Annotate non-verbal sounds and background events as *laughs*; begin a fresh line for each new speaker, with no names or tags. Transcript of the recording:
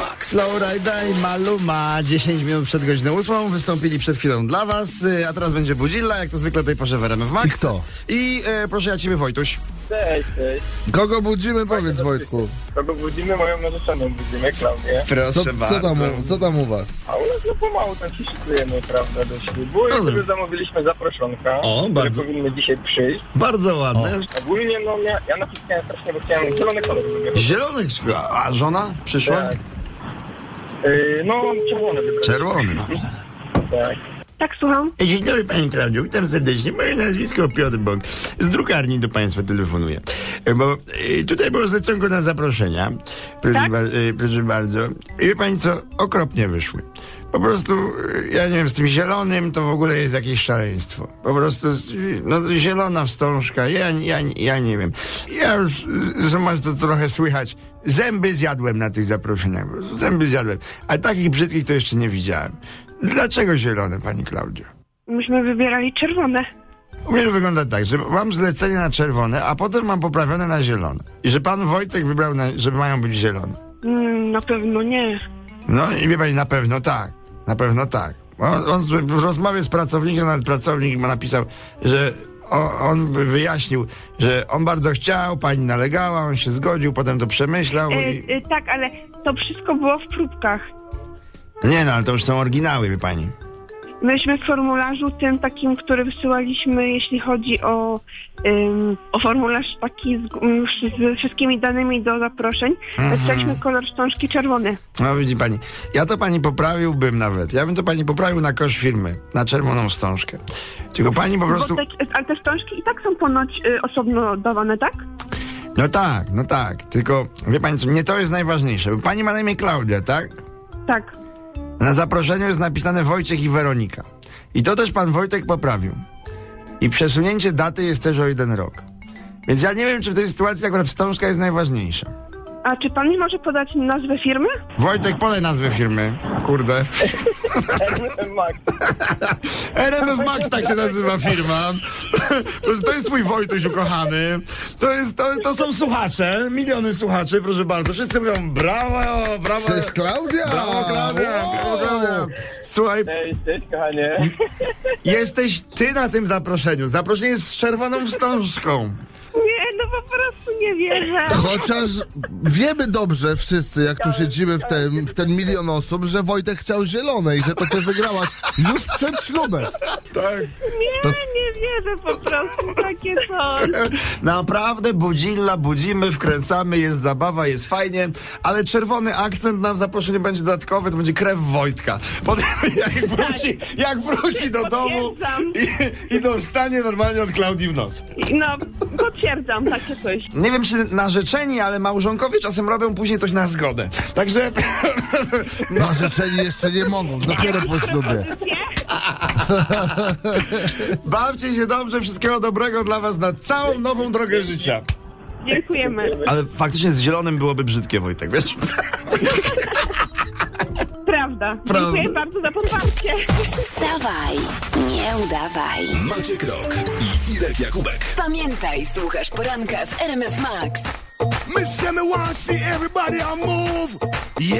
Flowrida i Maluma, 10 minut przed godziną 8 wystąpili przed chwilą dla was, y, a teraz będzie Budzilla, jak to zwykle o tej porze w RMF Max.
I kto?
I e, proszę, ja ciebie Wojtuś.
Cześć, cześć.
Kogo budzimy, powiedz Wojtku.
Kogo budzimy? Moją narzeczoną budzimy, Klaudię.
Proszę
Co, co,
bardzo.
tam, u- co tam u was?
A u nas no pomału tak się szykujemy, prawda, do ślubu. I
Rozumiem.
sobie zamówiliśmy zaproszonka,
O,
które
bardzo.
powinny dzisiaj przyjść.
Bardzo ładne.
Ogólnie no ja, ja naciskałem strasznie, bo chciałem zielony kolor sobie wybrać.
Zielony, krzyk- a a żona przyszła?
Tak. Yy, no, czerwony wybrać.
Czerwony. No.
tak. *laughs*
Tak, słucham.
Dzień dobry Panie Klaudiu, witam serdecznie. Moje nazwisko Piotr Bąk. Z drukarni do Państwa telefonuję. E, Bo e, tutaj było zleconko na zaproszenia. Proszę,
Tak?
bar- e, proszę bardzo. I wie Pani co? Okropnie wyszły. Po prostu, e, ja nie wiem, z tym zielonym to w ogóle jest jakieś szaleństwo. Po prostu, z- no zielona wstążka, ja, ja, ja nie wiem. Ja już, e, zresztą masz to trochę słychać. Zęby zjadłem na tych zaproszeniach. po prostu Zęby zjadłem. A takich brzydkich to jeszcze nie widziałem. Dlaczego zielone, Pani Klaudio?
Myśmy wybierali czerwone.
U mnie to wygląda tak, że mam zlecenie na czerwone, a potem mam poprawione na zielone. I że pan Wojtek wybrał, na, że mają być zielone.
Mm, na pewno nie.
No i wie pani, na pewno tak. Na pewno tak. On, on w rozmowie z pracownikiem, nawet pracownik ma napisał, że o- on by wyjaśnił, że on bardzo chciał, pani nalegała, on się zgodził, potem to przemyślał.
E,
I...
e, tak, ale to wszystko było w próbkach. e.
Nie no, ale to już są oryginały, wie pani.
Myśmy w formularzu tym takim, który wysyłaliśmy, jeśli chodzi o, ym, o formularz taki z, mm, z wszystkimi danymi do zaproszeń,
Mhm.
wybraliśmy kolor szczączki czerwony.
No widzi pani, ja to pani poprawiłbym nawet. Ja bym to pani poprawił na kosz firmy, na czerwoną wstążkę. Tylko pani po prostu...
Bo te, ale te szczączki i tak są ponoć y, osobno dawane, tak?
No tak, no tak. Tylko wie pani co, mnie to jest najważniejsze. Bo Pani ma na imię Klaudia, tak?
Tak.
Na zaproszeniu jest napisane Wojciech i Weronika. I to też pan Wojtek poprawił. I przesunięcie daty jest też o jeden rok. Więc ja nie wiem, czy w tej sytuacji akurat wstążka jest najważniejsza.
A czy pan mi może podać nazwę firmy?
Wojtek, podaj nazwę firmy. *laughs* Kurde.
Max,
RMF Max tak się nazywa firma. *laughs* Proszę, To jest twój Wojtuś ukochany. To, jest, to, to są słuchacze, miliony słuchaczy, proszę bardzo. Wszyscy mówią brawo, brawo.
To jest Klaudia!
Brawo, Klaudia! Brawo,
Wow!
Klaudia! Słuchaj,
cześć, cześć kochanie.
jesteś ty na tym zaproszeniu. Zaproszenie jest z czerwoną wstążką.
Nie, no po prostu nie wierzę.
Chociaż wiemy dobrze wszyscy, jak tu siedzimy w ten, w ten milion osób, że Wojtek chciał zielone i że to ty wygrałaś już przed ślubem.
Tak.
Nie, nie wierzę po prostu takie coś.
Naprawdę budzilla, budzimy, wkręcamy, jest zabawa, jest fajnie, ale czerwony akcent na zaproszeniu będzie dodatkowy, to będzie krew Wojtka. Potem jak wróci, jak wróci do domu i, i dostanie normalnie od Klaudii w nos.
No, potwierdzam takie coś.
Nie wiem, czy narzeczeni, ale małżonkowie czasem robią później coś na zgodę. Także
No życzeni jeszcze nie mogą, dopiero po ślubie.
Bawcie się dobrze, wszystkiego dobrego dla was na całą nową drogę życia.
Dziękujemy.
Ale faktycznie z zielonym byłoby brzydkie, Wojtek, wiesz?
Prawda.
Prawda.
Dziękuję bardzo za poparcie.
Wstawaj, nie udawaj.
Maciek Rok i Irek Jakubek.
Pamiętaj, słuchasz poranka w RMF Max.
Miss Shemmy wants see everybody on move.